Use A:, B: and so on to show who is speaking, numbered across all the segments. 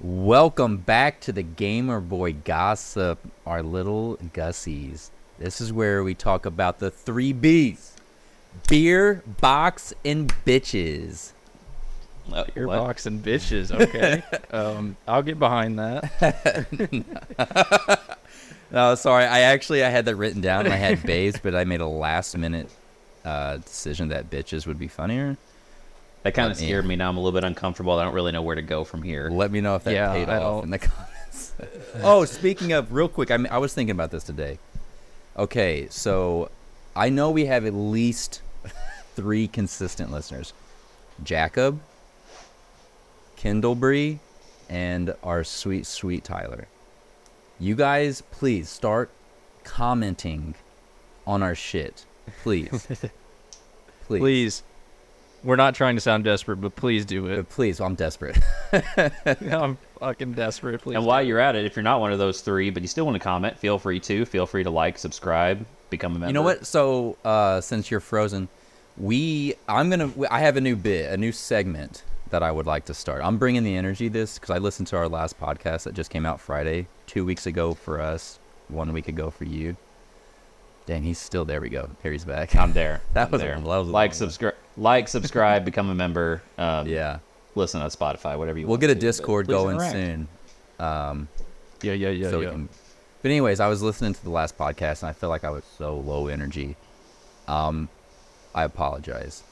A: Welcome back to the Gamer Boy Gossip, our little gussies. This is where we talk about the three B's beer, box, and bitches.
B: Uh,
C: Beer
B: what?
C: box and bitches. Okay. um, I'll get behind that.
A: No, Uh, sorry. I actually I had that written down. and I had bays, but I made a last minute uh, decision that bitches would be funnier.
B: That kind
A: Let
B: of
A: me-
B: scared me. Now I'm a little bit uncomfortable. I don't really know where to go from here.
A: Let me know if that
C: Yeah,
A: paid
C: I
A: off
C: don't-
A: in the comments. oh, speaking of, real quick, I mean, I was thinking about this today. Okay, so I know we have at least three consistent listeners: Jacob, Kindlebury, and our sweet, sweet Tyler. You guys, please start commenting on our shit, please, please,
C: Please. We're not trying to sound desperate, but please do
A: Uh,
C: it.
A: please. I'm desperate.
C: I'm fucking desperate. Please.
B: and
C: do
B: while
C: it.
B: you're at it, if you're not one of those three, but you still want to comment, feel free to. Feel free to like, subscribe, become a member.
A: You know what? So uh, since you're frozen, we I'm gonna we- I have a new bit, a new segment that I would like to start. I'm bringing the energy this because I listened to our last podcast that just came out Friday, two weeks ago for us, one week ago for you. Dang, he's still there. We go. Harry's back.
B: I'm there.
A: That
B: I'm
A: was a-
B: there.
A: that was a long
B: like,
A: one.
B: subscribe, like, subscribe, become a member. Um,
A: yeah,
B: Listen on Spotify, whatever you
A: we'll
B: want.
A: get a
B: to do, but
A: Discord
B: please
A: going
B: interact.
A: soon.
C: Yeah, yeah, yeah,
A: so
C: yeah.
A: we can. But anyways, I was listening to the last podcast and I felt like I was so low energy. Um, I apologize.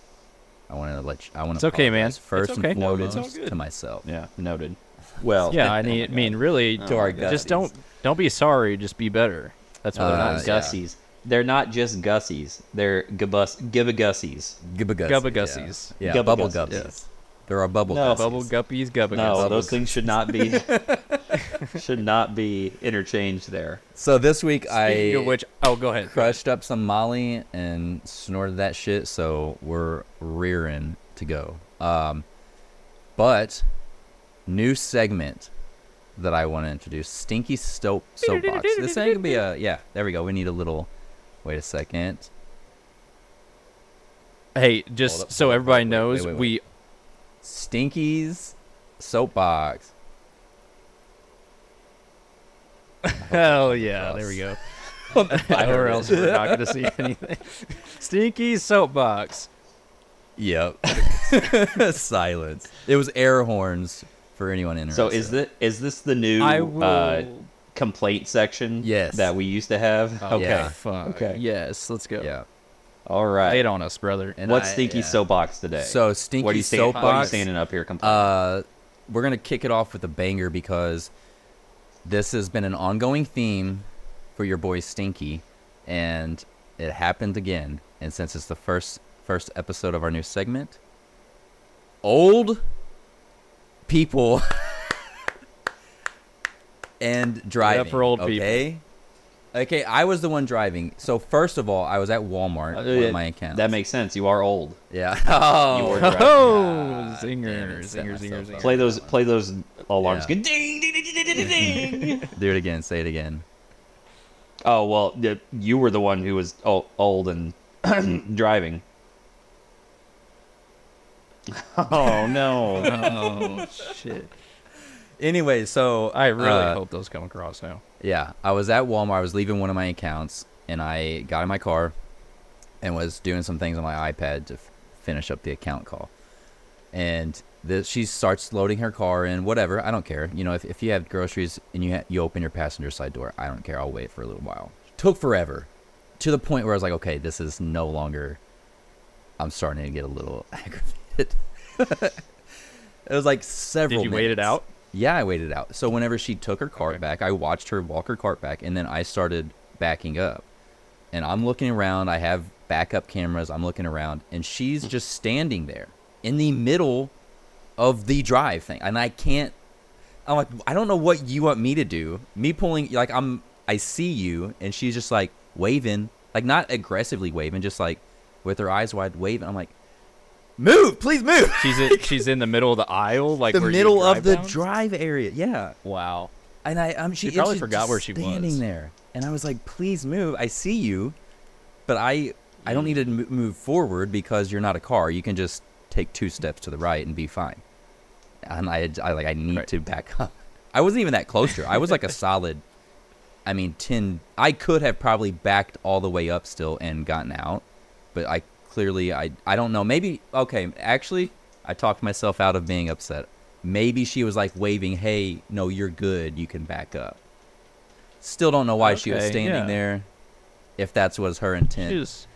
A: I want to let you. I want
C: It's
A: to.
C: okay, man. It's
A: First
C: okay.
A: and
C: No,
A: foremost
C: it's all good.
A: to myself.
B: Yeah, noted. Well,
C: Yeah, I need, mean, really,
A: To our
C: just
A: gussies.
C: don't don't be sorry. Just be better. That's what
B: Well,
C: they're
A: Uh,
B: they're
C: not.
B: not gussies. They're not just gussies. They're gibus, gibagussies.
A: Gubbagussies.
C: Gubbagussies.
A: Yeah,
B: Gubbagussies,
A: bubble guppies.
B: yes.
A: There are bubble
B: No,
A: gussies.
C: Bubble guppies, gubba
B: No,
C: guppies.
B: those things should not be should not be interchanged there.
A: So this week
C: Speaking
A: I
C: of which, oh, go ahead.
A: crushed up some Molly and snorted that shit, so we're rearing to go. Um, but new segment that I want to introduce: Stinky Soap Soapbox. this ain't gonna be a yeah. There we go. We need a little. Wait a second.
C: Hey,
A: Hold
C: just
A: up,
C: so
A: hold up,
C: everybody
A: wait,
C: knows,
A: wait, wait.
C: we
A: Stinky's Soapbox.
C: hell yeah, there we go. or else we're not going to see anything. Stinky soapbox.
A: Yep. Silence. It was air horns for anyone
B: So
A: interested.
B: is this is this the new
C: I will.
B: uh, complaint section?
A: Yes.
B: That we used to have.
C: Oh,
B: okay.
A: yeah.
C: Fuck.
B: Okay.
C: Yes, let's go.
A: Yeah.
B: All right.
C: Lay it on us, brother.
A: And
B: What's
A: I-
B: stinky
A: yeah.
B: soapbox today?
A: So stinky
B: what are you stand-
A: soapbox.
B: What are you standing up here complaining?
A: Uh, we're gonna kick it off with a banger because this has been an ongoing theme for your boy Stinky, and it happened again. And since it's the first first episode of our new segment, old people and driving.
C: for old people.
A: okay? Okay, I was the one driving. So first of all, I was at Walmart
B: Uh,
A: with my account.
B: That makes sense. You are old.
A: yeah. Oh,
B: You were driving.
C: Oh,
A: damn
C: zinger,
A: it, set
C: zinger, zinger,
A: myself up.
C: zinger.
B: Play those. Play those alarms.
A: Yeah.
B: Ding, ding, ding, ding, ding, ding, ding.
A: do it again. Say it again.
B: oh well, yeah, you were the one who was o- old and driving. Oh no.
C: Oh shit!
A: Anyway, so
C: I really
A: uh,
C: hope those come across now.
A: Yeah, I was at Walmart. I was leaving one of my accounts, and I got in my car and was doing some things on my iPad to f- finish up the account call. And this, she starts loading her car and whatever. I don't care. You know, if, if you have groceries and you ha- you open your passenger side door, I don't care. I'll wait for a little while. Took forever, to the point where I was like, okay, this is no longer. I'm starting to get a little aggravated. it was like several.
C: Did you wait it
A: minutes.
C: out?
A: Yeah, I waited out. So whenever she took her cart
C: Okay.
A: back, I watched her walk her cart back, and then I started backing up. And I'm looking around. I have backup cameras. I'm looking around, and she's
C: Mm-hmm.
A: just standing there in the middle of the drive thing, and I can't. I'm like, I don't know what you want me to do. Me pulling, like I'm, I see you, and she's just like waving, like not aggressively waving, just like with her eyes wide waving. I'm like, move, please move.
C: She's in, she's in the middle of the aisle, like
A: the
C: where you
A: middle of
C: drive
A: the
C: down?
A: drive area, yeah.
C: Wow.
A: And I, um, she
C: She probably
A: and she's
C: forgot
A: just
C: where she was.
A: standing there, and I was like, "Please move. I see you, but I, I don't need to mo- move forward because you're not a car. You can just take two steps to the right and be fine." And I, I like, I need
C: Right.
A: to back up. I wasn't even that close to her. I was like a solid, I mean, 10. I could have probably backed all the way up still and gotten out, but I clearly, I, I don't know. Maybe, okay, actually, I talked myself out of being upset. Maybe she was like waving, hey, no, you're good. You can back up. Still don't know why she was
C: Okay,
A: standing
C: yeah.
A: there, if that was her intent.
C: She was,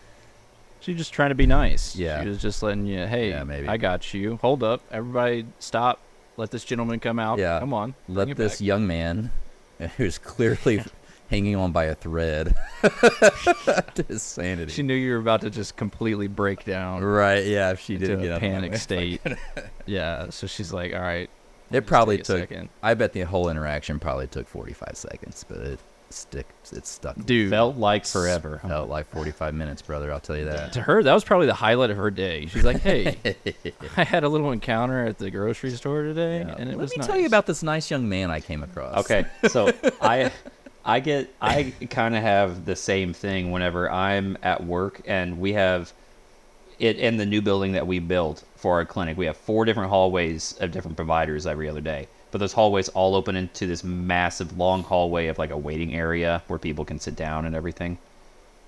C: she was just trying to be nice.
A: Yeah.
C: She was just letting you, hey,
A: Yeah, maybe.
C: I got you. Hold up. Everybody stop. Let this gentleman come out.
A: Yeah.
C: Come on. bring
A: let
C: it
A: this
C: back."
A: young man who's clearly hanging on by a thread to his sanity.
C: She knew you were about to just completely break down
A: right, yeah, if she
C: into
A: didn't get
C: a
A: out of my
C: panic
A: way.
C: state. yeah. So she's like, all right. we'll
A: It
C: just
A: probably
C: take a
A: took
C: second."
A: I bet the whole interaction probably took 45 seconds, but it stick it stuck.
C: Dude. um,
B: Felt like forever.
A: Felt like 45 minutes, brother, I'll tell you that.
C: to her, that was probably the highlight of her day. She's like, "Hey, I had a little encounter at the grocery store today, and it
A: Let
C: was
A: me
C: nice."
A: tell you about this nice young man I came across.
B: Okay, so I I get I kind of have the same thing whenever I'm at work and we have it in the new building that we built for our clinic. We have four different hallways of different providers every other day. But those hallways all open into this massive long hallway of like a waiting area where people can sit down and everything.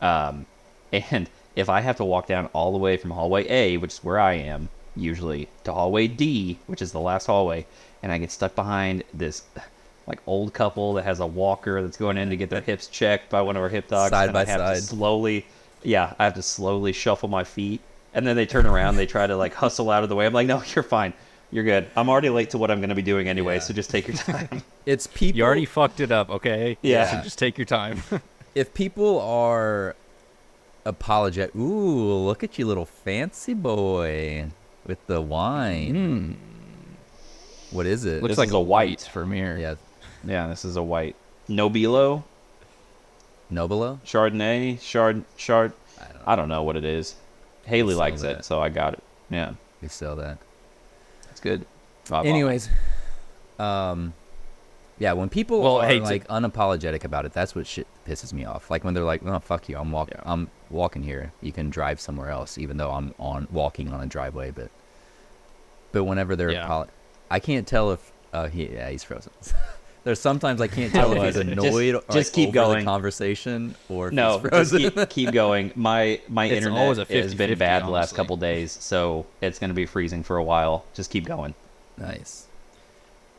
B: Um, and if I have to walk down all the way from hallway A, which is where I am usually, to hallway D, which is the last hallway, and I get stuck behind this like old couple that has a walker that's going in to get their hips checked by one of our hip docs,
A: Side
B: and
A: by
B: I have to
A: side.
B: slowly, yeah, I have to slowly shuffle my feet, and then they turn around, they try to like hustle out of the way. I'm like, no, you're fine, you're good. I'm already late to what I'm going to be doing anyway,
A: Yeah.
B: so just take your time.
A: It's people
C: You already fucked it up, okay?
B: Yeah.
C: So just take your time.
A: if people are apologetic, ooh, look at you, little fancy boy with the wine. What is it?
B: Looks
C: Mm. Looks
B: Mm, This
C: like
B: is a white.
C: for me.
A: yeah,
B: yeah, this is a white Nobilo
A: Nobilo.
B: Chardonnay, Chard, Chard. I
A: don't
B: don't know, what it is. Haley
A: Sell
B: likes
A: that.
B: it, so I got it. Yeah,
A: We sell that.
B: it's good. Five
A: Anyways, um, yeah, when people
C: Well,
A: are
C: hey, to-
A: like unapologetic about it, that's what shit pisses me off. Like when they're like, "No, fuck you, I'm walking.
C: Yeah.
A: I'm walking here. You can drive somewhere else, even though I'm on walking on a driveway." But but whenever they're
C: Yeah.
A: apo- I can't tell if uh, he yeah he's frozen. There's sometimes I can't
C: Oh,
A: tell if he's
B: Just-
A: annoyed or
B: just
A: like,
B: keep
A: over the
B: going.
A: conversation or if
B: No,
A: he's
B: just
A: frozen.
B: keep, keep going. My my
C: It's
B: internet
C: always a
B: has been
C: 50-50,
B: bad the last
C: honestly.
B: couple days, so it's gonna be freezing for a while. Just keep going.
A: nice.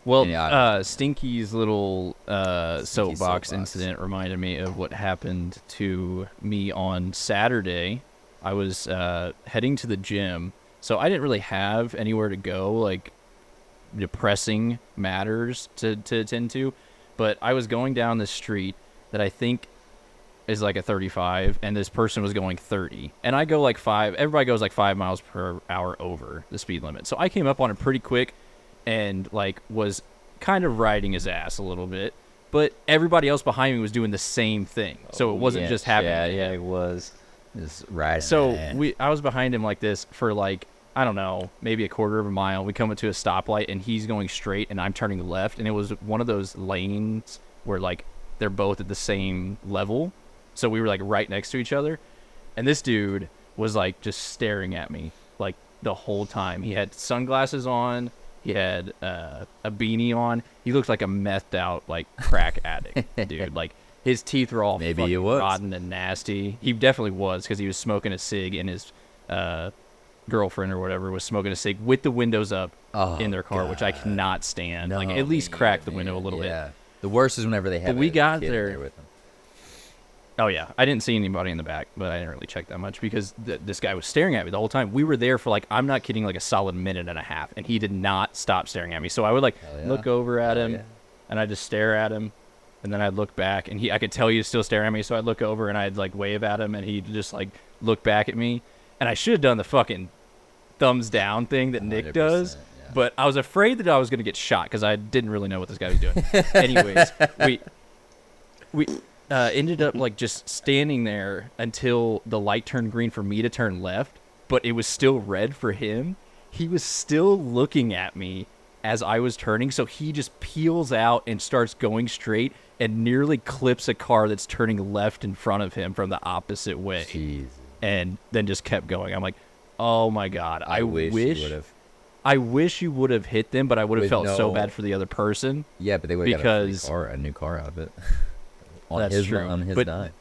C: Well,
A: Yeah.
C: uh, Stinky's little uh,
A: Stinky
C: soapbox,
A: soapbox.
C: incident reminded me of what happened to me on Saturday. I was uh, heading to the gym, so I didn't really have anywhere to go, like depressing matters to, to attend to. But I was going down this street that I think is like a 35 and this person was going 30 and i go like five everybody goes like five miles per hour over the speed limit so i came up on him pretty quick and like was kind of riding his ass a little bit but everybody else behind me was doing the same thing so it wasn't
B: Oh, Yeah,
C: just happening
B: Yeah,
C: to
B: yeah, it was.
A: Just right.
C: so we, I was behind him like this for like I don't know, maybe a quarter of a mile. We come up to a stoplight, and he's going straight, and I'm turning left, and it was one of those lanes where like they're both at the same level, so we were like right next to each other, and this dude was like just staring at me like the whole time. He had sunglasses on. He had uh, a beanie on. He looked like a methed out like crack addict, dude. Like his teeth were all
A: Maybe
C: fucking
A: he was.
C: rotten rotten and nasty. He definitely was because he was smoking a cig and his uh, girlfriend or whatever was smoking a cig with the windows up
A: Oh,
C: in their car, which I cannot stand. like at least
A: man,
C: crack the window a little
A: yeah.
C: bit.
A: The worst is whenever they have.
C: we
A: a
C: got
A: kid in
C: there-
A: with them.
C: Oh yeah, I didn't see anybody in the back, but I didn't really check that much because th- this guy was staring at me the whole time. We were there for like I'm not kidding, like a solid minute and a half, and he did not stop staring at me. So I would like
A: Hell yeah.
C: look over at
A: Hell
C: him,
A: yeah.
C: and I would just stare at him, and then I'd look back, and he I could tell he was still staring at me. So I'd look over and I'd like wave at him, and he'd just like look back at me, and I should have done the fucking thumbs down thing that Nick
A: 100%,
C: does.
A: yeah.
C: But I was afraid that I was going to get shot because I didn't really know what this guy was doing. Anyways, we we uh, ended up like just standing there until the light turned green for me to turn left, but it was still red for him. He was still looking at me as I was turning, so he just peels out and starts going straight and nearly clips a car that's turning left in front of him from the opposite way
A: Jeez.
C: and then just kept going. I'm like, oh my god, I,
A: I wish you
C: wish
A: would've.
C: I wish you would have hit them, but I would have
A: With
C: felt so
A: no-
C: bad for the other person.
A: Yeah, but they would have got a, free
C: Because-
A: car, a new car out of it. on
C: That's
A: his
C: true,
A: on his
C: but-
A: dime.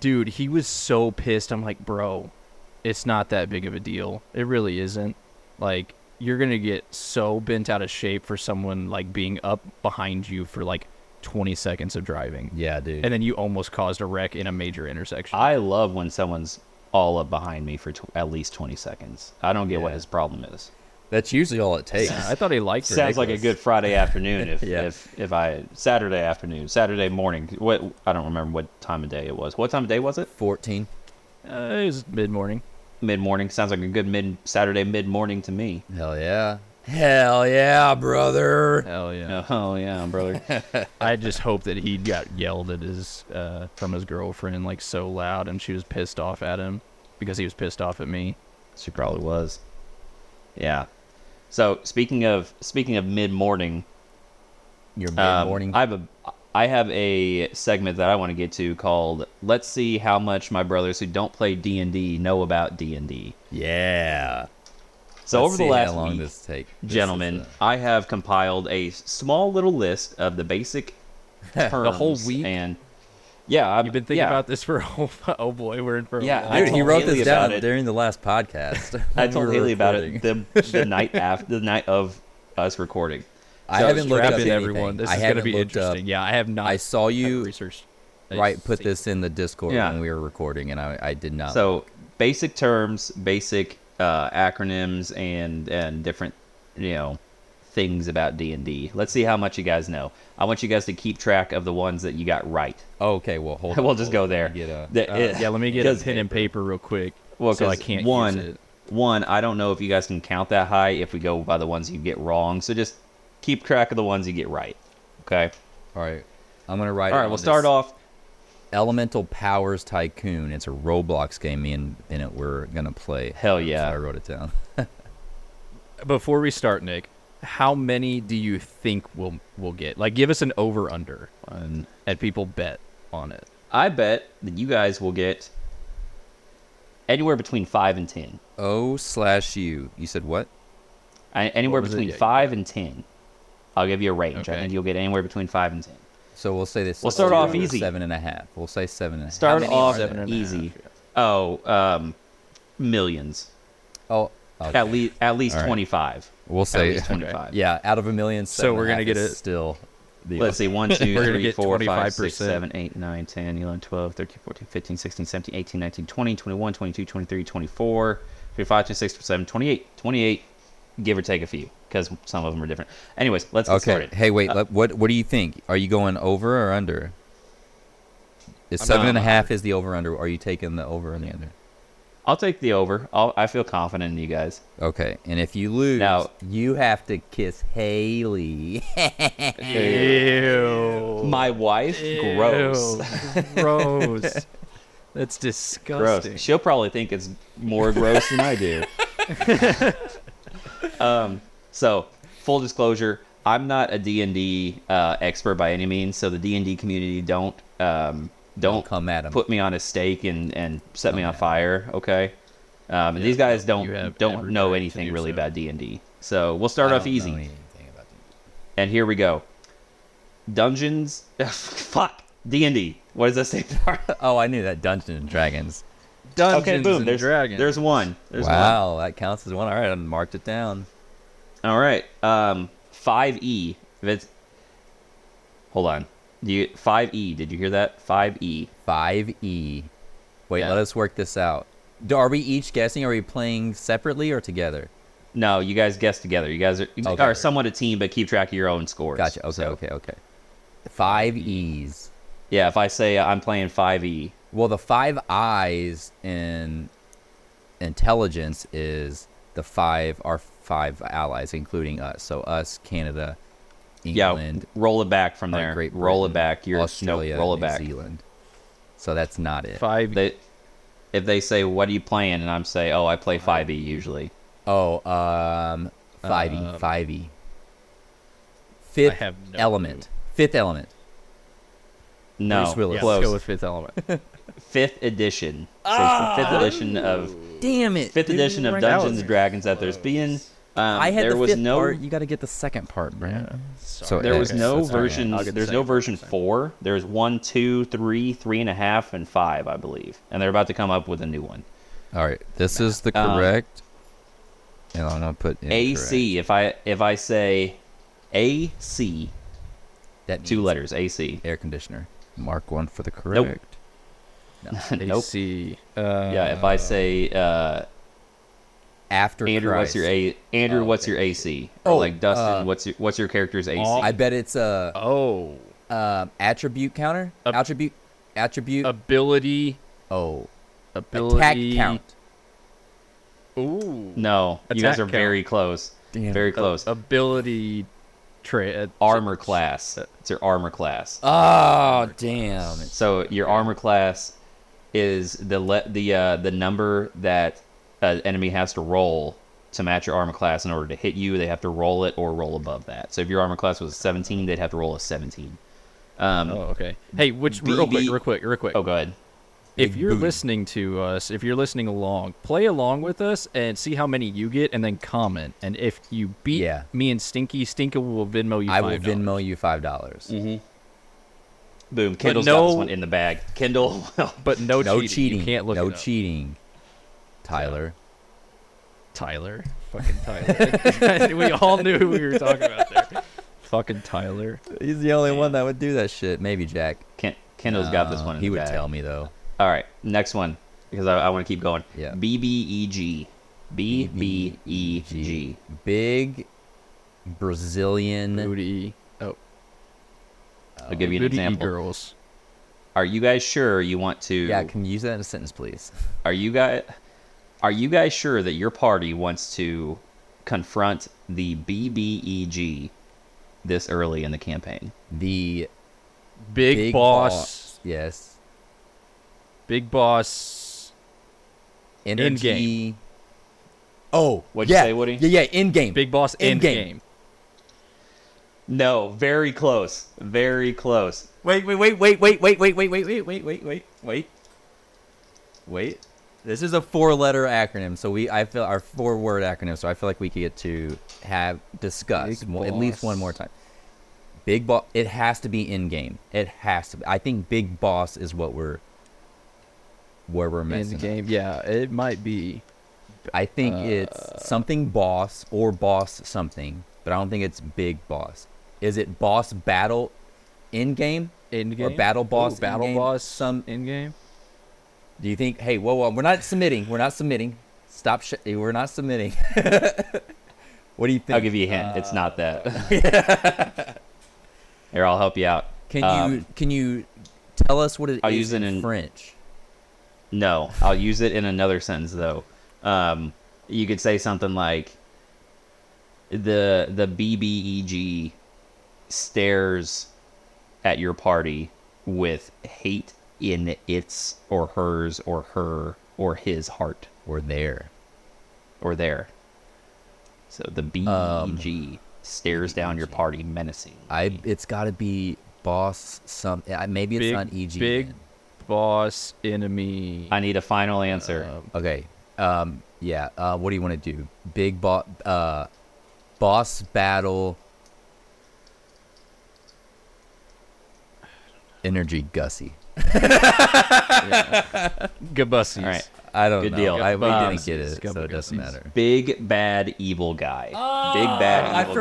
C: Dude, he was so pissed. I'm like, bro, it's not that big of a deal. It really isn't. Like, you're gonna get so bent out of shape for someone like being up behind you for like 20 seconds of driving,
A: Yeah, dude.
C: and then you almost caused a wreck in a major intersection.
B: I love when someone's all up behind me for tw- at least 20 seconds. I don't get what
A: Yeah.
B: his problem is.
A: That's usually all it takes.
C: I thought he liked
B: Sounds
C: it.
B: like a good Friday afternoon if,
A: Yeah.
B: if if I Saturday afternoon, Saturday morning. What I don't remember what time of day it was. What time of day was it?
A: Fourteen.
C: Uh, it was mid morning.
B: Mid morning. Sounds like a good mid Saturday mid morning to me.
A: Hell yeah. Hell yeah, brother.
C: Hell yeah.
B: Oh yeah, brother.
C: I just hope that he got yelled at his uh, from his girlfriend like so loud, and she was pissed off at him because he was pissed off at me.
B: She probably was. Yeah. So speaking of speaking of mid morning,
A: Your mid
B: um,
A: morning.
B: I have a I have a segment that I want to get to called "Let's see how much my brothers who don't play D and D know about D and D."
A: yeah.
B: So
A: Let's
B: over the
A: see
B: last
A: how long
B: week,
A: this take, This is,
B: gentlemen,
A: uh,
B: I have compiled a small little list of the basic terms
C: The whole week?
B: and yeah, I've
C: You've been thinking
B: yeah,
C: about this for a whole. Oh boy, we're in for a
B: Yeah,
C: while.
B: I
A: Dude, he
B: told
A: wrote
B: Haley
A: this
B: about
A: down
B: it.
A: during the last podcast.
B: I
A: when we
B: told
A: were
B: Haley about
A: recording.
B: it the, the night after the night of us recording.
A: I
C: So
A: haven't looked
C: strap
A: up
C: in,
A: anything.
C: everyone. This
A: I
C: is going to
A: haven't
C: be
A: looked up-
C: interesting. yeah, I have not.
A: I saw you
C: research.
A: right put this in the Discord
B: Yeah.
A: when we were recording, and I, I did
C: Oh.
A: not.
B: So basic terms, basic uh, acronyms, and and different you know things about D and D. Let's see how much you guys know. I want you guys to keep track of the ones that you got right.
A: okay, well hold. on,
B: We'll just
A: hold
B: go
A: on.
B: there.
A: Get a-
B: The-
C: Uh,
B: it-
C: yeah, let me get a
B: 'cause-
C: pen and paper real quick.
B: Well,
C: so I
B: 'cause
C: can't
B: one,
C: use it.
B: One, I don't know if you guys can count that high if we go by the ones you get wrong. So just keep track of the ones you get right. Okay.
A: All right, I'm gonna write.
B: All
A: it
B: right.
A: on
B: We'll start
A: this.
B: off.
A: Elemental Powers Tycoon. It's a Roblox game. Me and Bennett were gonna play.
B: Hell
A: So I
B: yeah.
A: wrote it down.
C: Before we start, Nick, how many do you think we'll we'll get? Like, give us an over under,
B: One.
C: and people bet on it.
B: I bet that you guys will get anywhere between five and ten.
A: O slash U. You said what?
B: I, anywhere
C: What was it?
B: between
C: Yeah, you
B: five and ten. I'll give you a range. I
C: Okay.
B: think you'll get anywhere between five and ten.
A: So we'll say this.
B: We'll start off
A: zero to
B: easy.
A: Seven and a half. We'll say seven and a half.
B: Start
C: many
B: off
C: are there?
B: easy. Oh, um, millions.
A: Oh, okay.
B: At least at least
A: All right.
B: twenty-five.
A: We'll say-
B: at least
A: okay.
B: twenty-five.
A: yeah. Out of a million. seven
C: we're
A: and a
C: gonna
A: half
C: get
A: is
C: it-
A: still. The
B: Let's see. 1, 2,
C: We're gonna
B: 3,
C: get
B: 4, 5, 6,
C: 25%.
B: 7, 8, 9, 10, 11, 12, 13, 14, 15, 16, 17, 18, 19, 20, 21, 22, 23, 24, 25, 26, 27, 28, 28, give or take a few, because some of them are different. Anyways, let's Uh, get
A: Okay.
B: started.
A: Hey, wait. let- what What do you think? Are you going over or under? Is
B: I'm
A: seven
B: not
A: and a
B: on
A: half is the over under? Are you taking the over and the under?
B: I'll take the over. I'll, I feel confident in you guys.
A: Okay. And if you lose,
B: Now-
A: you have to kiss Haley.
C: Ew.
B: My wife, gross.
C: Gross.
B: Gross.
C: That's disgusting.
B: She'll probably think it's more gross than I do. um, so, full disclosure, I'm not a D&D uh, expert by any means, so the D&D community don't um, don't
A: come at 'em.
B: put me on a stake and, and set me on fire, okay? Um, and these guys
C: Oh, you
B: don't
C: have
B: don't
C: every
B: know
C: right to
B: anything
C: do
B: really
C: so.
B: about D&D. So, we'll start
A: I
B: off
A: don't know
B: easy.
A: anything about that.
B: And here we go. Dungeons fuck D&D. What does that say for?
A: Oh, I knew that Dungeons and Dragons.
C: Dungeons
B: okay, boom.
C: and
B: There's
C: Dragons.
B: there's one. There's one.
A: wow, that counts as one. All right, I marked it down.
B: All right. Um, five E. That's. Hold on. Do you five E? Did you hear that? Five E.
A: Five E. Wait,
B: Yeah.
A: let us work this out. Do- Are we each guessing? Are we playing separately or together?
B: No, you guys guess together. You guys are, you
A: Okay.
B: are somewhat a team, but keep track of your own scores.
A: Gotcha. Okay,
B: So,
A: okay, okay. Five E's.
B: Yeah. If I say I'm playing five E,
A: Well, the five eyes in intelligence is the five our five allies, including us. So us, Canada,
B: yeah,
A: England,
B: roll it back from
A: uh,
B: there.
A: Great
B: roll it
A: Britain,
B: back. You're
A: Australia,
B: no, roll it
A: New
B: back.
A: Zealand. So that's not it.
C: Five.
B: They, if they say what are you playing, and I'm say oh I play five E usually.
A: Oh, um, five E,
C: Um,
A: five E. Fifth
C: have no
A: element. Fifth element.
B: No,
A: Bruce Willis.
C: yeah,
B: close.
C: let's go with Fifth Element.
B: Fifth edition.
C: Ah!
B: So it's the fifth edition of
A: Damn it!
B: fifth
A: dude,
B: edition
A: you
B: of
A: were
B: Dungeons
A: right.
B: and Dragons that there's being Um,
A: I had
B: there
A: the
B: was
A: fifth
B: no
A: part. You got to get the second part, bro. So
B: there
A: yeah,
B: was
A: okay,
B: no
A: that's fine, yeah.
B: version.
C: I'll get the
B: There's
C: second
B: no
C: one,
B: version
C: same.
B: four. There's one, two, three, three and a half, and five, I believe. And they're about to come up with a new one.
A: All right, this is the
B: Um,
A: correct. and I'm gonna put incorrect.
B: AC. If I if I say AC,
A: That
B: two
A: means
B: letters AC.
A: Air conditioner. Mark one for the correct.
B: nope.
C: AC. Uh,
B: Yeah. If I say uh,
A: After
B: Andrew,
A: Christ.
B: what's your A? Andrew,
A: Oh,
B: what's your AC? Or
A: Oh,
B: like Dustin,
A: uh,
B: what's your what's your character's AC?
C: all-
A: I bet it's a
C: Oh,
A: um, attribute counter.
C: Ab-
A: attribute. Attribute.
C: ability.
A: oh. Attack
C: Ability.
A: count.
C: Ooh.
B: no, you guys
C: Attack
B: are
C: count.
B: very close.
A: Damn. Oh,
B: Very close.
C: Ability. Tra- uh,
B: armor class. It's your armor class.
A: Oh damn! It's
B: So your armor class is the le- the uh, the number that an enemy has to roll to match your armor class in order to hit you. They have to roll it or roll above that. So if your armor class was 17, they'd have to roll a 17. Um,
C: Oh,
B: oh.
C: okay. Hey, which real quick,
B: BB
C: real quick, real quick.
B: Oh, go ahead.
C: if
A: Oh, Big
C: you're
A: booty.
C: listening to us, if you're listening along, play along with us and see how many you get, and then comment. And if you beat
A: Yeah.
C: me and Stinky, Stinky will Venmo you.
A: I will
C: $5.
A: Venmo you five dollars.
B: Boom. Kindle's got
C: no-
B: this one in the bag. Kindle.
C: but no,
A: No
C: cheating.
A: cheating.
C: You can't look.
A: no
C: it up.
A: cheating. Tyler.
C: Tyler. Fucking Tyler. we all knew who we were talking about there. Fucking Tyler.
A: He's the only one that would do that shit. Maybe Jack.
B: Ken- Kindle's got this
A: Uh,
B: one in
A: He
B: the
A: would
B: bag.
A: tell me though.
B: All right. Next one because I, I want to keep going. E
A: Yeah.
B: BBEG. E BBEG.
A: Big Brazilian.
C: Booty. Oh,
B: I'll give you an
C: booty
B: example.
C: girls.
B: Are you guys sure you want to?
A: Yeah, can you use that in a sentence, please?
B: Are you guys are you guys sure that your party wants to confront the BBEG this early in the campaign?
A: The
C: Big,
A: big
C: boss.
A: boss. Yes.
C: Big boss.
A: Energy.
C: game.
A: Oh,
B: What'd you
A: yeah.
B: say, Woody?
A: Yeah, yeah. In game.
C: Big boss. End
A: Endgame.
C: game.
B: No, very close. Very close.
A: Wait, wait, wait, wait, wait, wait, wait, wait, wait, wait, wait, wait, wait, wait, wait. This is a four-letter acronym, so we I feel our four-word acronym, so I feel like we could get to have discuss
C: Big
A: mo- at least one
C: boss.
A: more time. Big boss. It has to be in game. It has to. Be. I think big boss is what we're where we're messing.
C: End
A: Up.
C: game. Yeah, it might be.
A: I think
B: Uh,
A: it's something boss or boss something, but I don't think it's big boss. Is it boss battle in game?
C: End
A: Or
C: game.
A: battle boss.
C: Ooh, battle
A: in-game?
C: boss.
A: Some
C: End game.
A: Do you think? Hey, whoa, whoa! We're not submitting. We're not submitting. Stop! Sh- eh, we're not submitting. what do you think?
B: I'll give you a hint. it's not that. Here, I'll help you out.
A: Can
B: Um,
A: you can you tell us what it
B: I'll
A: is
B: use it in-
A: French?
B: No, I'll use it in another sentence though. Um, you could say something like the the BBEG stares at your party with hate in its or hers or her or his heart
A: Or there.
B: or there. So the BBEG
A: Um,
B: stares down
A: E
B: your party menacing.
A: I. It's got to be boss. Some. I- Maybe it's
C: big,
A: not E EG.
C: Big
A: then.
C: boss enemy.
B: I need a final answer.
A: Okay. Um. Yeah. Uh. What do you want to do? Big boss. Uh. Boss battle. Energy Gussie.
C: Gabussies.
B: All right.
A: I don't
B: Good
A: know.
B: deal.
A: I, we
B: Um,
A: didn't get it,
C: Scummy
A: so it doesn't
C: Gussies.
A: matter.
B: Big bad evil guy. Big bad
A: Oh, I
B: evil guy.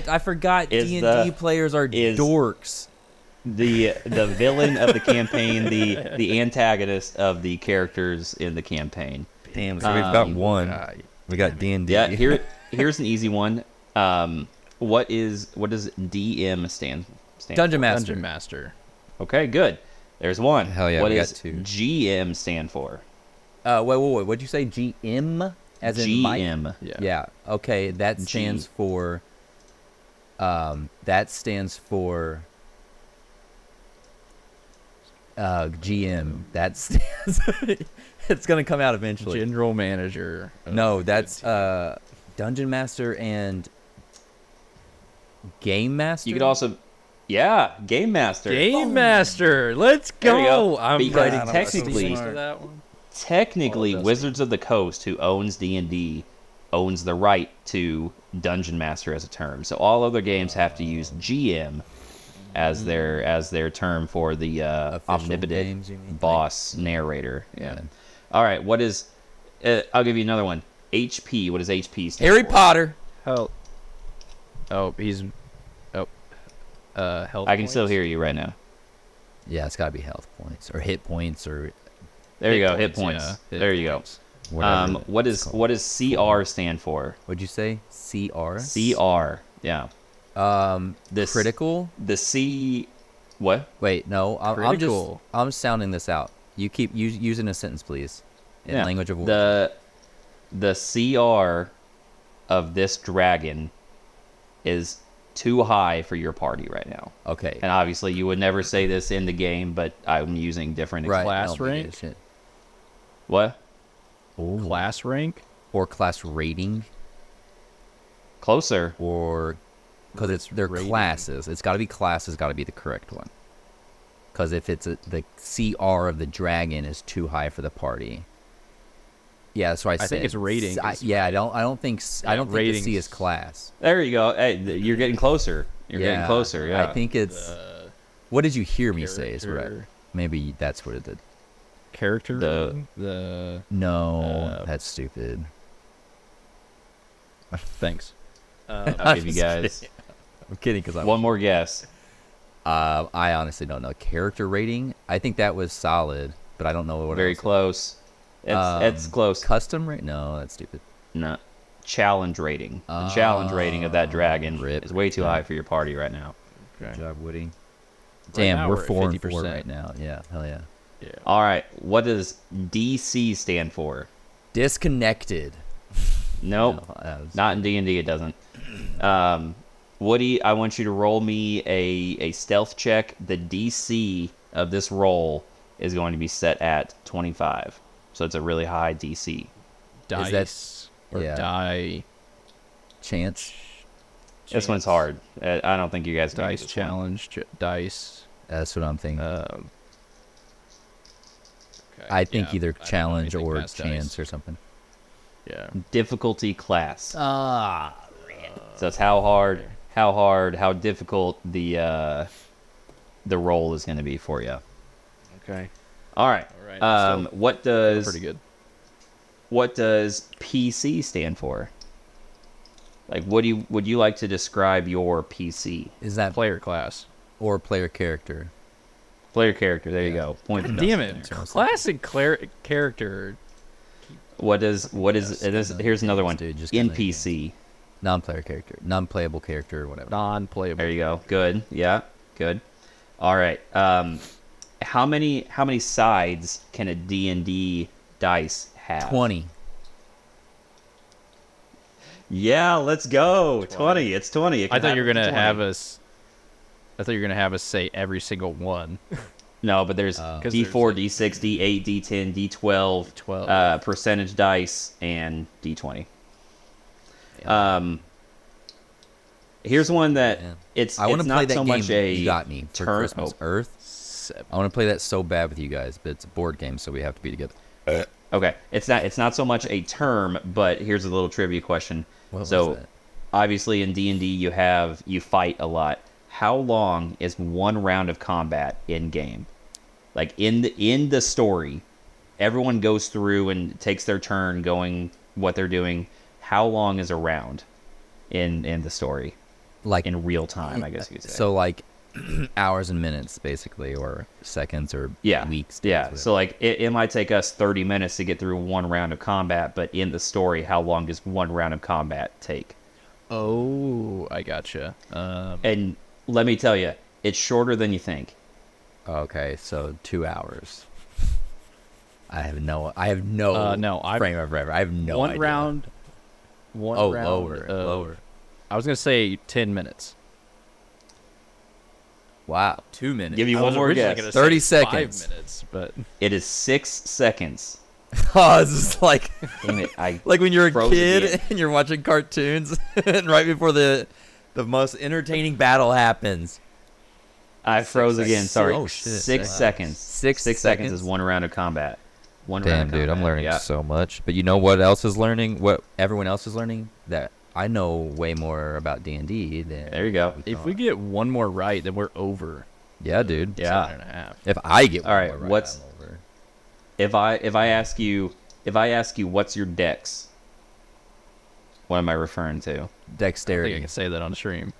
A: forgot. I forgot.
B: Is
A: D and D
B: the-
A: players are
B: is-
A: dorks.
B: the the villain of the campaign, the the antagonist of the characters in the campaign.
A: Damn.
B: so we've got
A: one. We got D and D.
B: Um, Yeah, here here's an easy one. Um, what is what does DM stand stand?
A: Dungeon Master.
C: Dungeon Master.
B: For? Okay, good. There's one.
A: Hell yeah,
B: What
A: we got
B: does
A: two.
B: GM stand for?
A: Uh, wait, wait, wait. What'd you say? GM, as in Mike?
B: GM.
C: Yeah.
A: Yeah. Okay. That stands for. Um. That stands for. Uh, GM. That stands. it's gonna come out eventually.
C: General Manager. of
A: No,
B: Oh,
C: the
A: that's
C: team.
A: uh, Dungeon Master and Game Master.
B: You could also, yeah, game master.
C: Game Master. Let's go.
B: There we go.
C: I'm
B: Because
C: writing down
B: technically-
C: some names for that one.
B: Technically,
C: Oh, it does.
B: Wizards of the Coast, who owns D and D, owns the right to dungeon master as a term. So all other games have to use GM as their as their term for the uh,
A: Official
B: omnipotent
A: games, you mean?
B: boss narrator. Yeah. All right. What is? Uh, I'll give you another one. HP. What is HP? stand
A: Harry
B: for?
A: Potter.
C: Hell. Oh, he's. Oh. Uh, health.
B: I can still
C: points?
B: hear you right now.
A: Yeah, it's got to be health points or hit points or
B: There you
C: Hit
B: go. hit points.
C: points, yeah, hit
B: there you
C: points.
B: go.
A: whatever.
B: Um,
A: that-
B: what is what does CR stand for?
A: What'd you say? CR.
B: CR. Yeah.
A: Um,
B: This
A: critical.
B: The C. What?
A: Wait, no. I'm, I'm just.
C: Critical.
A: I'm sounding this out. You keep u- using a sentence, please. In
B: Yeah.
A: language of war.
B: the the CR of this dragon is too high for your party right now.
A: okay.
B: And obviously, you would never say this in the game, but I'm using different.
A: Right.
C: class
A: that'll be
C: rank?
A: good shit.
B: What?
C: Class rank.
A: Or class rating,
B: Closer.
A: or because it's they're
C: Rating.
A: classes. It's got to be classes. Got to be the correct one. Because if it's a, the CR of the dragon is too high for the party. Yeah, that's why I,
C: think
A: said.
C: it's rating
A: I-
C: is-
A: yeah, I don't. I don't think. s- I
C: Yeah,
A: don't think the C
C: ratings.
A: is class.
B: There you go. Hey, th- you're getting closer. You're getting closer. Yeah.
A: I think it's. what did you hear me say? Is right.
C: character.
A: Maybe that's what it did.
C: Character.
B: The-
C: rating? the
A: No,
C: Uh,
A: that's stupid.
C: thanks.
B: I'll give you guys
A: I'm kidding because I'm.
B: one more guess.
A: Uh, I honestly don't know character rating. I think that was solid, but I don't know what.
B: Very
A: else.
B: close. It's it's
A: Um,
B: close.
A: Custom rate? No, that's stupid.
B: No. Challenge rating. The challenge rating of that dragon
A: Ah, rip.
B: is way too high for your party right now.
C: Okay.
A: job, Woody. Damn,
C: now
A: we're,
C: we're at
A: four and four
C: 50%.
A: right now. Yeah, hell yeah.
C: Yeah.
B: All right. What does DC stand for?
A: Disconnected. Uh,
B: Nope.
A: No, that was-
B: Not in D and D. It doesn't. Um, Woody, I want you to roll me a a stealth check. The DC of this roll is going to be set at twenty five, so it's a really high DC.
A: that-
C: Dice or
A: yeah.
C: die.
A: chance.
B: This one's hard. Uh, I don't think you guys can do
C: Dice
B: this one.
C: challenge. Ch- dice.
A: That's what I'm thinking.
C: Um,
A: I think
C: yeah,
A: either
C: I don't know
A: challenge
C: anything
A: or
C: past dice.
A: chance or something.
C: Yeah.
B: Difficulty class.
A: Ah,
B: So it's how hard, how hard, how difficult the uh, the roll is going to be for you.
C: Okay.
B: All right.
C: All right,
B: Um, what does
C: Pretty good.
B: what does PC stand for? Like, what do you would you like to describe your PC
A: is that
C: Player class.
A: or player character?
B: player character? There you go. Point. for
C: Damn
A: Dustin,
C: it!
A: so it's-
C: Classic clar- character.
B: What is what is
A: Yes,
B: this?
A: no,
B: Here's another one.
A: dude, just get
B: NPC.
A: Non-player character, non-playable character, or whatever.
C: Non-playable.
B: There you go. Good. Yeah. Good. All right. Um, how many how many sides can a D and D dice have?
A: Twenty.
B: Yeah, let's go. 20. It's 20. It
C: I
B: can
C: thought you were
B: happen
C: gonna
B: 20.
C: have us. I thought you were gonna have us say every single one.
B: No, but there's
A: Oh.
C: 'Cause
B: D4, D6, D8, D10, D12,
C: 12.
B: Uh, percentage dice, and D20. Um, here's one that
A: Yeah.
B: it's,
A: I
B: it's
A: want to
B: not
A: play that
B: so
A: game
B: much a
A: you got me for
B: turn-
A: Christmas.
B: oh,
A: Earth.
C: Seven.
A: I want to play that so bad with you guys, but it's a board game, so we have to be together.
B: okay, it's not it's not so much a term, but here's a little trivia question.
A: What was
B: so
A: that?
B: obviously in D and D you have you fight a lot. How long is one round of combat in game? Like in the in the story, everyone goes through and takes their turn going what they're doing. How long is a round in in the story?
A: Like
B: In real time, I guess you could say.
A: So like hours and minutes, basically, or seconds, or
B: yeah,
A: weeks. days,
B: yeah.
A: whatever.
B: So like it, it might take us thirty minutes to get through one round of combat, but in the story, how long does one round of combat take?
C: Oh, I gotcha. Um,
B: And let me tell you, it's shorter than you think.
A: okay, so two hours. I have no. I have no.
C: Uh, no, I've-
A: frame of reference. I have no.
C: one
A: idea.
C: round. One
A: Oh,
C: round
A: lower,
C: of-
A: lower.
C: I was gonna say ten minutes.
A: Wow, two minutes.
B: Give you one more guess.
A: say 30 seconds.
C: Five minutes, but
B: It is six seconds.
A: oh, this is like
B: Damn it! I
A: like when you're a
B: Frozen
A: kid
B: game.
A: and you're watching cartoons, and right before the the most entertaining battle happens.
B: I froze
A: seconds.
B: again. Sorry.
A: Oh, shit.
B: Six
A: Wow.
B: seconds.
A: Six
B: six seconds is
A: seconds?
B: one round of combat. One
A: Damn,
B: round
A: dude, I'm
B: combat,
A: learning
B: yeah.
A: so much. But you know what else is learning? What everyone else is learning? That I know way more about D and D than.
B: There you go.
C: If we get one more right, then we're over.
A: Yeah, dude.
B: Yeah.
C: Seven and a half.
A: If I get
B: All
A: one
B: right,
A: more right,
B: what's-
A: I'm over.
B: If I if I ask you if I ask you what's your dex, what am I referring to?
C: I think I
A: dexterity?
C: can say that on stream.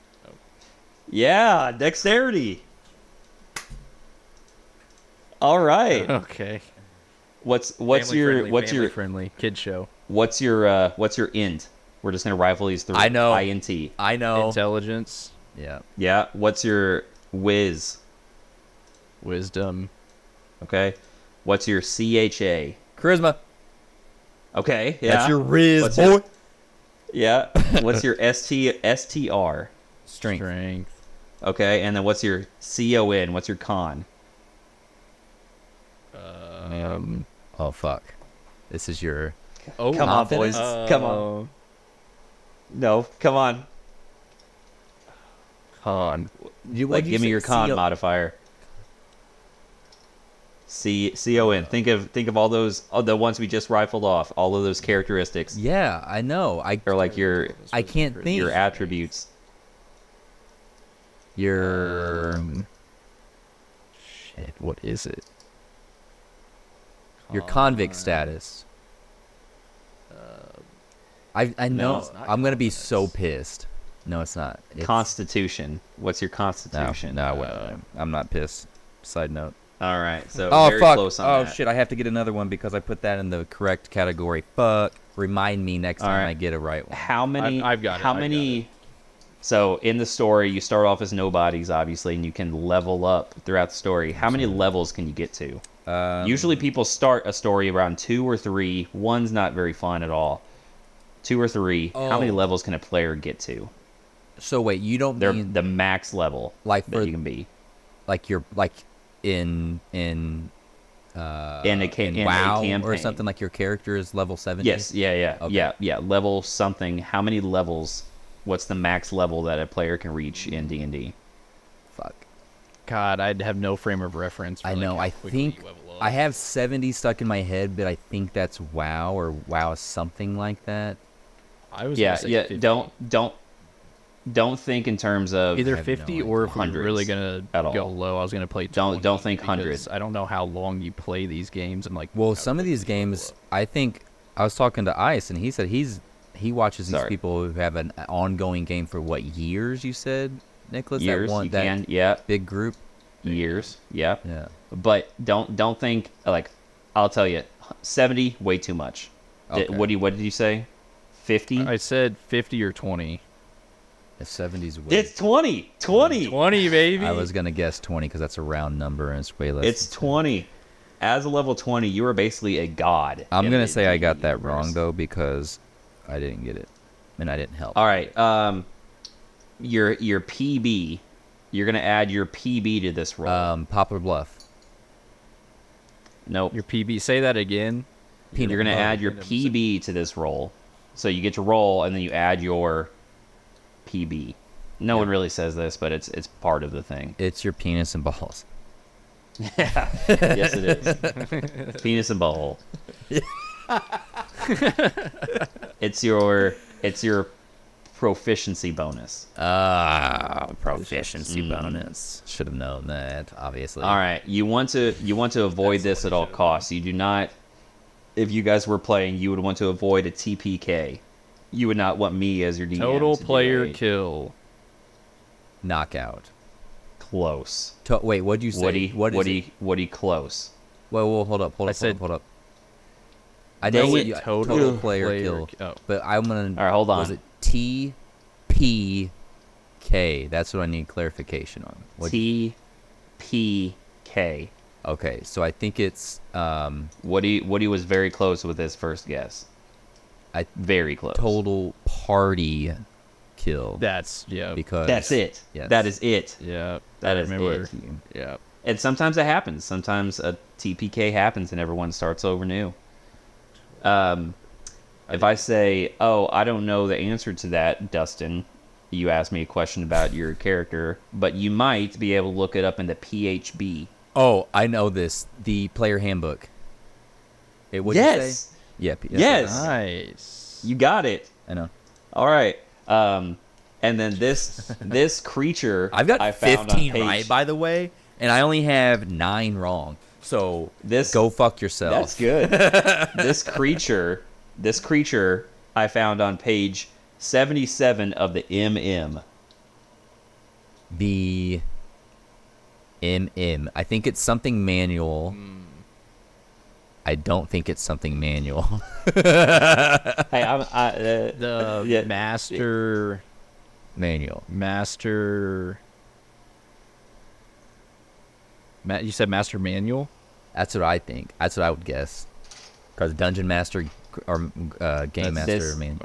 B: Yeah, dexterity. All right.
C: Okay.
B: What's what's your
C: friendly,
B: what's your
C: friendly kid show?
B: what's your uh, what's your int? We're just gonna rival these three.
A: I know.
B: int.
A: I
C: Oh.
A: know.
C: Intelligence,
A: Yeah.
B: Yeah. What's your whiz?
C: wisdom.
B: Okay. What's your cha?
A: Charisma.
B: Okay. Yeah.
A: That's your riz,
B: What's
A: boy.
B: your- yeah. What's your st str?
A: Strength.
C: Strength.
B: Okay, and then what's your con? What's your con?
C: Um,
A: Oh fuck. This is your.
C: oh,
B: Come on, boys.
A: confidence?
B: come on. No, come on.
C: Con.
A: You,
B: Like, give me your con modifier. C con. Think of think of all those all the ones we just rifled off. All of those characteristics
A: Yeah, I know. I
B: or like your
A: I can't think.
B: your attributes.
A: Your
B: Um,
C: Shit, what is it?
A: your convict status. I I know.
B: um, it's
A: I'm gonna be so pissed. No, it's not. It's,
B: Constitution. What's your
A: no,
B: constitution?
A: no,
B: Uh,
A: I wouldn't. I'm not pissed. Side note.
B: All right. So
A: Oh
B: very
A: fuck!
B: close on
A: oh
B: that.
A: shit! I have to get another one because I put that in the correct category. Fuck! Remind me next
B: All
A: time
B: right.
A: I get a right one.
B: how many
C: I've got it,
B: how
C: I've got
B: many so in the story you start off as nobodies obviously and you can level up throughout the story how many levels can you get to
A: Um,
B: usually people start a story around two or three one's not very fun at all two or three how many
A: Oh.
B: levels can a player get to
A: So wait, you don't
B: they're
A: mean
B: the max level
A: Like
B: that
A: for-
B: you can be
A: like you're like in in uh
B: In a ca- in a
A: WoW or
B: campaign.
A: something like your character is level seventy.
B: yes yeah yeah
A: Okay.
B: yeah yeah level something how many levels what's the max level that a player can reach in d&d
A: Fuck.
C: God, I'd have no frame of reference. For
A: I
C: like,
A: know.
C: how
A: I
C: quickly you
A: think
C: level up.
A: I have seventy stuck in my head, but I think that's WoW or WoW something like that.
C: I was.
B: yeah
C: gonna say
B: yeah
C: 50.
B: don't don't don't think in terms of
C: either
A: have no
C: fifty
A: idea.
C: or if we we're really
B: Hundreds
C: gonna
B: at all.
C: go low, I was gonna play.
B: Don't-
C: 20
B: don't think
C: because
B: hundreds.
C: I don't know how long you play these games and like.
A: Well,
C: how
A: some of
C: quickly
A: these
C: you level
A: games,
C: up.
A: I think I was talking to Ice, and he said he's he watches these
B: Sorry.
A: people who have an ongoing game for what years? You said Nicholas
B: years
A: that one
B: you
A: that
B: can yeah
A: big group.
B: years yeah.
A: Yeah.
B: but don't don't think like i'll tell you 70 way too much Di-
A: Okay.
B: what do you what did you say 50
C: I said fifty or twenty.
A: The seventies.
B: it's 20 20
C: Twenty, baby.
A: I was gonna guess twenty because that's a round number and it's way less.
B: it's 20 as a level 20 you are basically a god
A: I'm
B: in
A: gonna
B: the
A: say I got
B: D&D
A: that wrong
B: universe.
A: though because I didn't get it and I didn't help.
B: all right um your your pb you're gonna add your pb to this roll
A: Um, Poplar Bluff.
B: nope
C: Your PB. Say that again.
A: Peanut
B: You're gonna
A: butter.
B: add your
C: peanut
B: PB to this roll, so you get to roll and then you add your PB. No one really says this, but it's it's part of the thing.
A: It's your penis and balls.
B: yes, it is. Penis and butthole. it's your it's your proficiency bonus.
A: Ah, proficiency bonus. Should have known that, obviously.
B: All right, you want to you want to avoid this at all costs. You do not. If you guys were playing, you would want to avoid a TPK. You would not want me as your DM.
C: Total
B: to do
C: player
B: a
C: kill.
A: Knockout.
B: close.
A: To- wait, what'd you say?
B: Woody,
A: what is
B: Woody,
A: it?
B: Woody, close.
A: Whoa, whoa, hold up, hold
C: I
A: up, hold
C: said
A: up, hold up. I
B: Dang
A: know what
B: it,
A: you,
C: total
A: total, player,
C: player
A: kill,
C: ki- oh.
A: but I'm gonna.
B: All right, hold
A: Was
B: on.
A: it T P K? That's what I need clarification on. What,
B: T, P, K.
A: okay, so I think it's um
B: Woody, Woody was very close with his first guess.
A: I-
B: very close.
A: total party kill
C: That's yeah.
A: because
B: That's it.
A: Yes.
B: That is it.
C: yeah.
B: That
C: I
B: is
C: remember.
B: it.
C: Yeah.
B: And sometimes it happens. Sometimes a TPK happens and everyone starts over new. Um, if I say, "Oh, I don't know the answer to that," Dustin, you asked me a question about your character, but you might be able to look it up in the PHB.
A: Oh, I know this. The player handbook. It would
B: yes.
A: You say? Yeah. P- that's
B: Yes.
A: what
C: Nice.
B: You got it.
A: I know.
B: All right. Um, and then this this creature
A: I've got
B: I found on
A: 15
B: page-
A: right, by the way, and I only have nine wrong. So
B: This-
A: go fuck yourself.
B: That's good. this creature, this creature I found on page 77 of the MM.
A: The MM. I think it's something manual.
B: Hmm.
A: I don't think it's something manual.
B: Hey, I'm, I, uh,
C: The
B: Yeah.
C: master,
A: manual.
C: master. Ma- you said master manual.
A: That's what I think. That's what I would guess. Because dungeon master g- or uh, game
B: That's
A: master,
B: this-
A: I mean.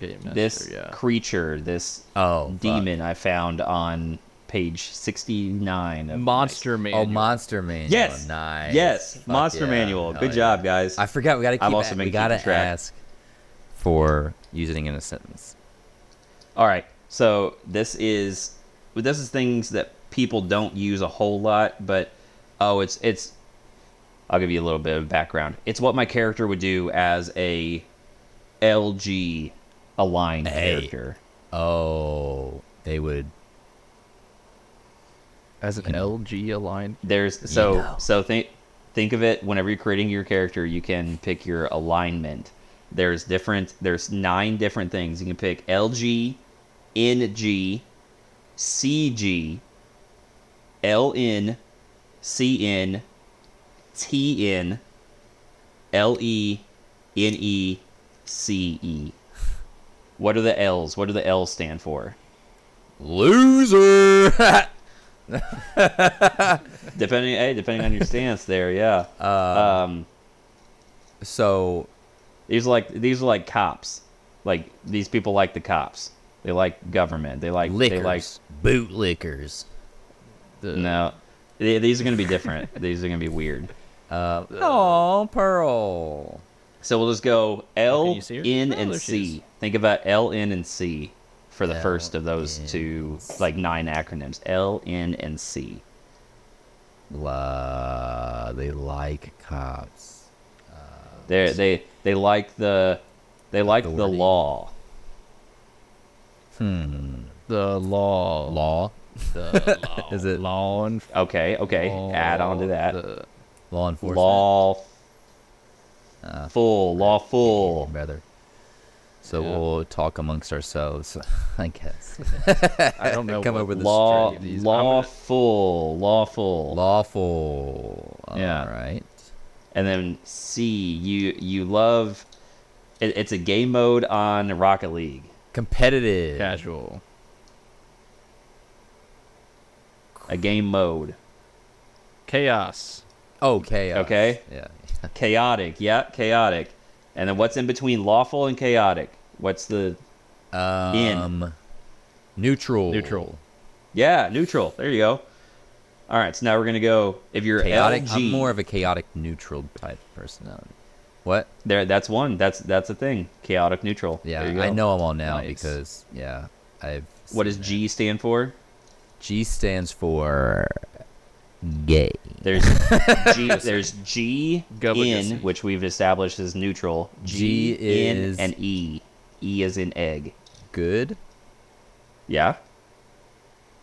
C: Game master,
B: this
C: yeah.
B: creature, this
A: Oh, fuck.
B: demon I found on page 69 of
C: monster manual.
A: Oh, monster manual.
B: Yes.
A: Nice.
B: Yes.
A: Fuck
B: Monster
A: yeah.
B: manual.
A: Hell
B: Good
A: yeah.
B: job, guys.
A: I forgot we gotta keep.
B: I've also
A: a-
B: been
A: we gotta
B: keeping track.
A: ask for using it in a sentence.
B: All right. So this is well, this is things that people don't use a whole lot, but oh, it's it's. I'll give you a little bit of background. It's what my character would do as a LG aligned
A: Hey.
B: character.
A: Oh, they would.
C: As an LG aligned.
B: There's so
A: know.
B: so think think of it whenever you're creating your character, you can pick your alignment. There's different there's nine different things. You can pick LG, NG, CG, LN, CN, TN, LE, NE, CE. E, What are the L's? What do the L's stand for?
A: Loser.
B: Depending hey, depending on your stance there, yeah. um
A: so,
B: These are like these are like cops. Like these people like the cops. They like government. They like
A: liquors,
B: they like
A: bootlickers.
C: The,
B: no. Th- These are gonna be different. these are gonna be weird.
A: Uh, oh, Pearl.
B: So we'll just go
C: can
B: L
C: you see her?
B: N
C: Oh,
B: and
C: there she
B: C. Think about L N and C for the
A: L,
B: first of those
A: N,
B: two like nine acronyms. L N and C.
A: La, they like cops.
B: They they they like the they like the
A: Authority.
B: law.
C: The law.
A: Law,
C: The law.
A: Is it-
C: law and
B: Okay, okay. Add on to that.
C: The,
A: law enforcement.
B: Law full, lawful.
A: rather. So
C: Yeah.
A: we'll talk amongst ourselves, I guess.
C: I don't know.
A: Come
C: what
A: over the
B: law,
A: street.
C: strategy. I'm gonna-
B: lawful, lawful,
A: Lawful.
B: Yeah.
A: All right.
B: and then C. You you love. It, it's a game mode on Rocket League.
A: Competitive.
C: casual.
B: A game mode.
C: Chaos.
A: Oh, chaos.
B: Okay.
A: Yeah.
B: Chaotic. Yeah, chaotic. And then what's in between lawful and chaotic? What's the
A: Um, Neutral.
C: Neutral.
B: yeah neutral? There you go. All right, so now we're gonna go. If you're
A: Chaotic.
B: LG,
A: I'm more of a chaotic neutral type personality. What?
B: there. That's one. That's that's a thing. Chaotic neutral.
A: Yeah,
B: There you
A: I
B: go.
A: know I'm all now
C: Nice.
A: because yeah, I've. seen
B: What does
A: that.
B: G stand for?
A: G stands for gay.
B: There's G. There's G
C: Gubbagus.
B: in which we've established is neutral.
A: G
B: G,
A: is-
B: in and E. E is in egg.
A: Good.
B: Yeah.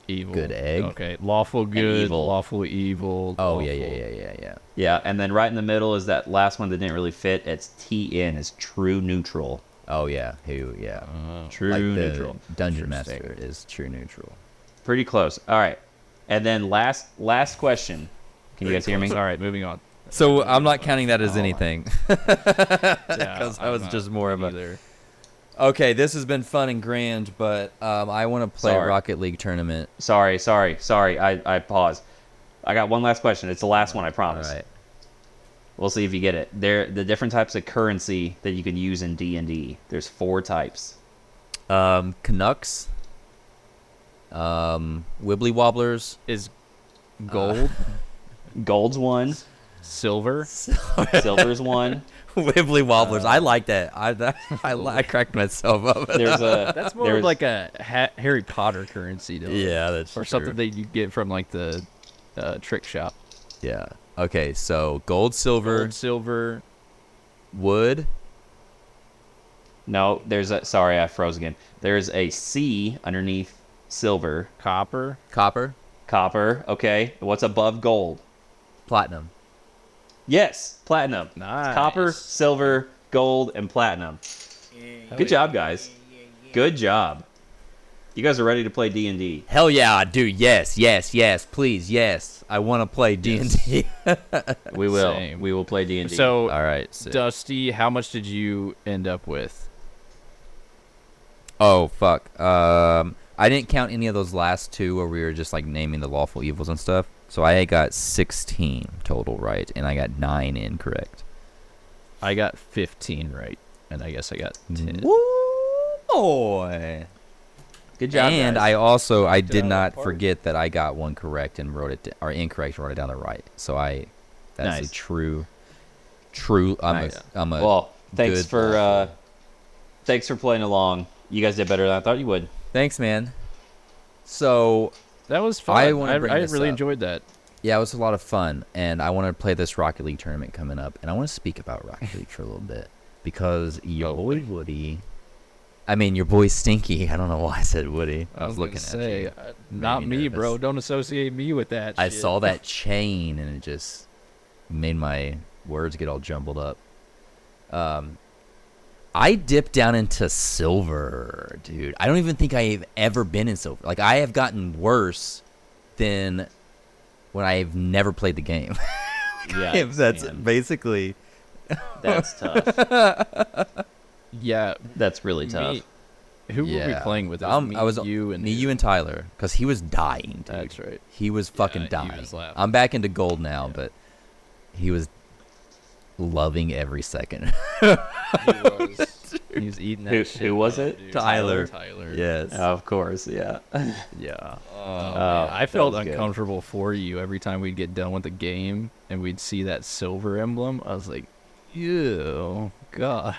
C: Evil.
A: Good egg.
C: Okay. Lawful good.
B: evil.
C: Lawful evil.
A: Oh yeah, yeah,
C: lawful-
A: yeah, yeah, yeah.
B: Yeah. And then right in the middle is that last one that didn't really fit. It's T N is true neutral.
A: Oh yeah, who? Yeah.
C: Oh.
B: True
A: like the
B: neutral.
A: dungeon
C: Interesting.
A: master is true neutral.
B: Pretty close. All right. And then last last question. Can you guys hear me?
C: All right, moving on.
A: So I'm not counting that as
C: Oh, I-
A: anything.
C: Yeah,
A: 'Cause I
C: I'm
A: was
C: not
A: just more of a-
C: either.
A: okay, this has been fun and grand, but um, I want to play
B: Sorry.
A: Rocket League tournament.
B: Sorry. Sorry. Sorry. I I paused. I got one last question. It's the last one. I
A: All
B: promise.
A: right.
B: We'll see if you get it. There, the different types of currency that you can use in D and D. There's four types.
A: Um, Canucks. Um, Wibbly Wobblers.
C: Is
A: Uh,
C: gold,
B: Gold's one,
C: silver,
B: silver's one.
A: Wibbly Wobblers. I like that. I that, I, li- I cracked myself up.
B: There's a
C: That's more
B: there's,
C: of like a ha- Harry Potter currency, though.
A: yeah, that's
C: Or
A: true.
C: something that you get from like the uh, trick shop.
A: Yeah. Okay, so gold, silver,
C: Gold, silver,
A: wood.
B: No, there's a. Sorry, I froze again. There's a C underneath silver,
C: Copper.
A: Copper.
B: copper. Okay, what's above gold?
A: Platinum.
B: Yes, platinum.
C: Nice.
B: Copper, silver, gold, and platinum. Good job, guys. Good job. You guys are ready to play D and D.
A: Hell yeah, I do. Yes, yes, yes. Please, yes. I want to play D and D.
B: We will.
C: Same.
B: We will play D and D.
C: So,
A: All right. sick.
C: Dusty, how much did you end up with?
A: Oh fuck. Um, I didn't count any of those last two where we were just like naming the lawful evils and stuff. So I got 16 total right, and I got nine incorrect.
C: I got 15 right, and I guess I got 10.
A: Woo boy.
B: good job.
A: And I
B: guys.
A: also I
B: Knocked it out
A: did
B: of the
A: not
B: park.
A: forget that I got one correct and wrote it d- or incorrect and wrote it down the right. So I that's
B: Nice.
A: a true true I'm
B: Nice.
A: a I'm a
B: well, thanks
A: good
B: for uh,
A: lawful.
B: thanks for playing along. You guys did better than I thought you would.
A: Thanks man. So
C: That was fun. I,
A: I wanna
C: I,
A: bring this
C: really
A: up.
C: enjoyed that.
A: Yeah, it was a lot of fun, and I want to play this Rocket League tournament coming up, and I want to speak about Rocket League for a little bit because your boy Woody, I mean your boy Stinky. I don't know why I said Woody. I was,
C: gonna
A: looking
C: say,
A: at you.
C: uh,
A: Made
C: Not me,
A: nervous.
C: bro. Don't associate me with that.
A: I
C: shit.
A: saw that chain, and it just made my words get all jumbled up. Um, I dipped down into silver, dude. I don't even think I have ever been in silver. Like I have gotten worse than when I've never played the game.
B: Yeah,
A: if that's
B: man,
A: basically
B: that's tough.
C: Yeah.
B: That's really tough.
C: me- who were we
A: Yeah.
C: playing with? It
A: Um,
C: me,
A: I was
C: you and
A: me, you, and Tyler, because he was dying. Dude.
C: That's right.
A: He was fucking
C: he
A: dying.
C: was loud.
A: I'm back into gold now, but he was loving every second.
C: He was. he was eating that
B: Who-
C: shit.
B: who was
C: up,
B: it?
C: dude.
A: Tyler.
C: Tyler.
A: yes.
B: Of course, yeah.
C: Yeah.
B: man,
C: I
B: that
C: felt
B: was good.
C: uncomfortable for you every time we'd get done with the game and we'd see that silver emblem. I was like, ew, God.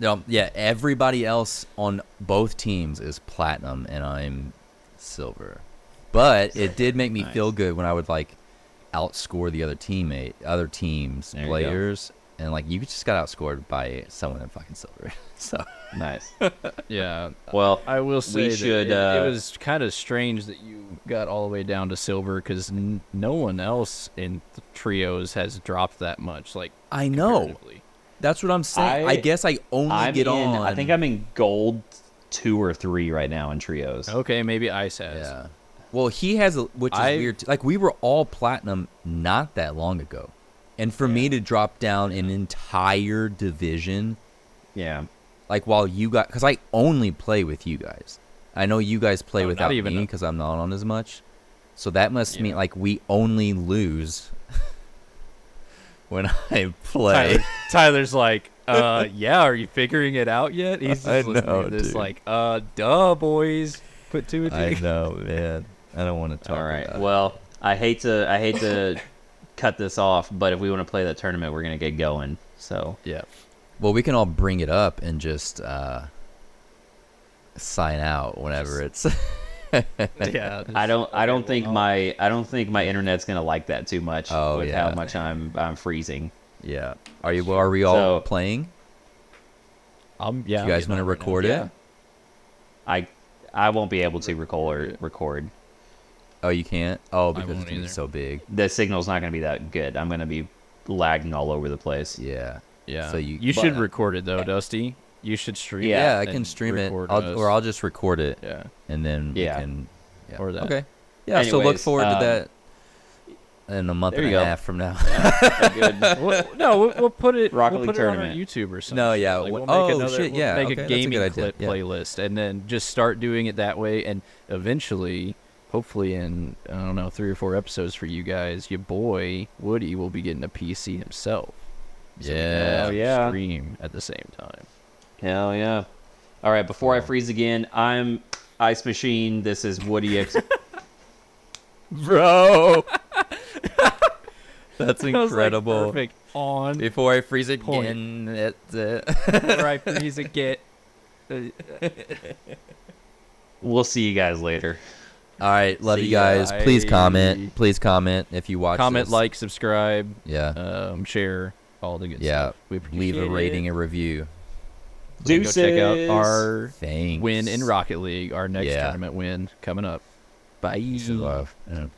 A: No, yeah. Everybody else on both teams is platinum, and I'm silver. But it did make me
B: Nice.
A: feel good when I would like outscore the other teammate, other teams,
B: There you go.
A: players, and like you just got outscored by someone in fucking silver. So
B: Nice.
C: yeah.
B: Well,
C: I will say that
B: should,
C: it, it
B: uh,
C: was kind of strange that you got all the way down to silver because n- no one else in th- trios has dropped that much. Like,
A: I know.
C: comparatively.
A: That's what I'm saying. I,
B: I-
A: guess I only
B: I'm
A: get
B: in,
A: on.
B: I think I'm in gold two or three right now in trios.
C: Okay, maybe Ice has.
A: Yeah. Well, he has a which is
C: I-
A: weird. too. Like we were all platinum not that long ago, and for me to drop down an entire division,
B: Yeah.
A: like while you guys, because I only play with you guys. I know you guys play
C: Oh, not
A: without
C: even
A: me
C: a-
A: because I'm not on as much. So that must
C: Yeah.
A: mean like we only lose when I play.
C: Tyler- Tyler's like, uh, yeah, are you figuring it out yet? He's
A: I
C: just looking
A: know,
C: at this
A: dude.
C: like, uh, duh, boys. Put two and two.
A: I know, man. I don't want to talk.
B: All right.
A: about it.
B: Well, I hate to I hate to cut this off, but if we want to play that tournament, we're gonna get going. So
C: Yeah.
A: Well, we can all bring it up and just uh, sign out whenever it's.
C: Yeah.
B: I don't I don't think
C: well,
B: my I don't think my internet's gonna like that too much
A: Oh,
B: with
A: yeah.
B: how much I'm I'm freezing.
A: yeah. Are you? Are we all
B: So-
A: playing?
C: I'm, yeah.
A: Do
C: I'm
A: you guys want
C: getting
A: to
C: on right now.
A: record it?
B: Yeah. I I won't be able to record record.
A: Oh, you can't. Oh, because
C: won't
A: it's gonna be
C: either.
A: so big.
B: The signal's not gonna be that good. I'm gonna be lagging all over the place.
A: Yeah.
C: Yeah.
A: So you.
C: you should
A: but-
C: record it though, Dusty. You should stream.
A: Yeah,
B: Yeah,
A: I
C: it
A: can
C: and
A: stream it,
C: record
A: I'll, or
C: us.
A: I'll just record it,
C: Yeah.
A: and then we
B: Yeah.
A: can. Yeah.
C: Or that.
A: Okay. Yeah. so look
B: Anyways,
A: forward
B: um,
A: to that. In a month
B: there
A: and a
B: you go.
A: half from now.
B: A good-
C: We'll- no, we'll, we'll put it.
B: Rocket
C: we'll
B: League
C: put it on our
B: tournament.
C: YouTube or something.
A: No, yeah,
C: Like,
A: wha-
C: we'll
A: oh,
C: make another,
A: shit,
C: we'll
A: yeah,
C: make
A: okay, that's
C: a
A: a
C: gaming
A: good idea,
C: clip
A: yeah.
C: playlist, and then just start doing it that way, and eventually, hopefully, in I don't know three or four episodes for you guys, your boy Woody will be getting a PC himself. So we can
A: yeah.
C: all
B: yeah.
C: Stream at the same time.
B: Hell yeah. All right, before I freeze again, I'm Ice Machine. This is Woody X.
A: Bro. That's
C: That was, like,
A: incredible.
C: perfect. On
A: Before I freeze
C: Point.
A: again, that's it.
C: before I freeze again.
B: we'll see you guys later.
A: All right, love
C: See
A: you
C: ya.
A: guys. Please
C: Bye.
A: comment. Please comment if you watch.
C: Comment,
A: this.
C: like, subscribe,
A: Yeah.
C: um, share. all the good
A: Yeah.
C: stuff. We appreciate
A: Leave a
C: it.
A: rating, a review.
C: Go check out our
A: Thanks.
C: win in Rocket League, our next
A: Yeah.
C: tournament win coming up. Bye.
A: Love. And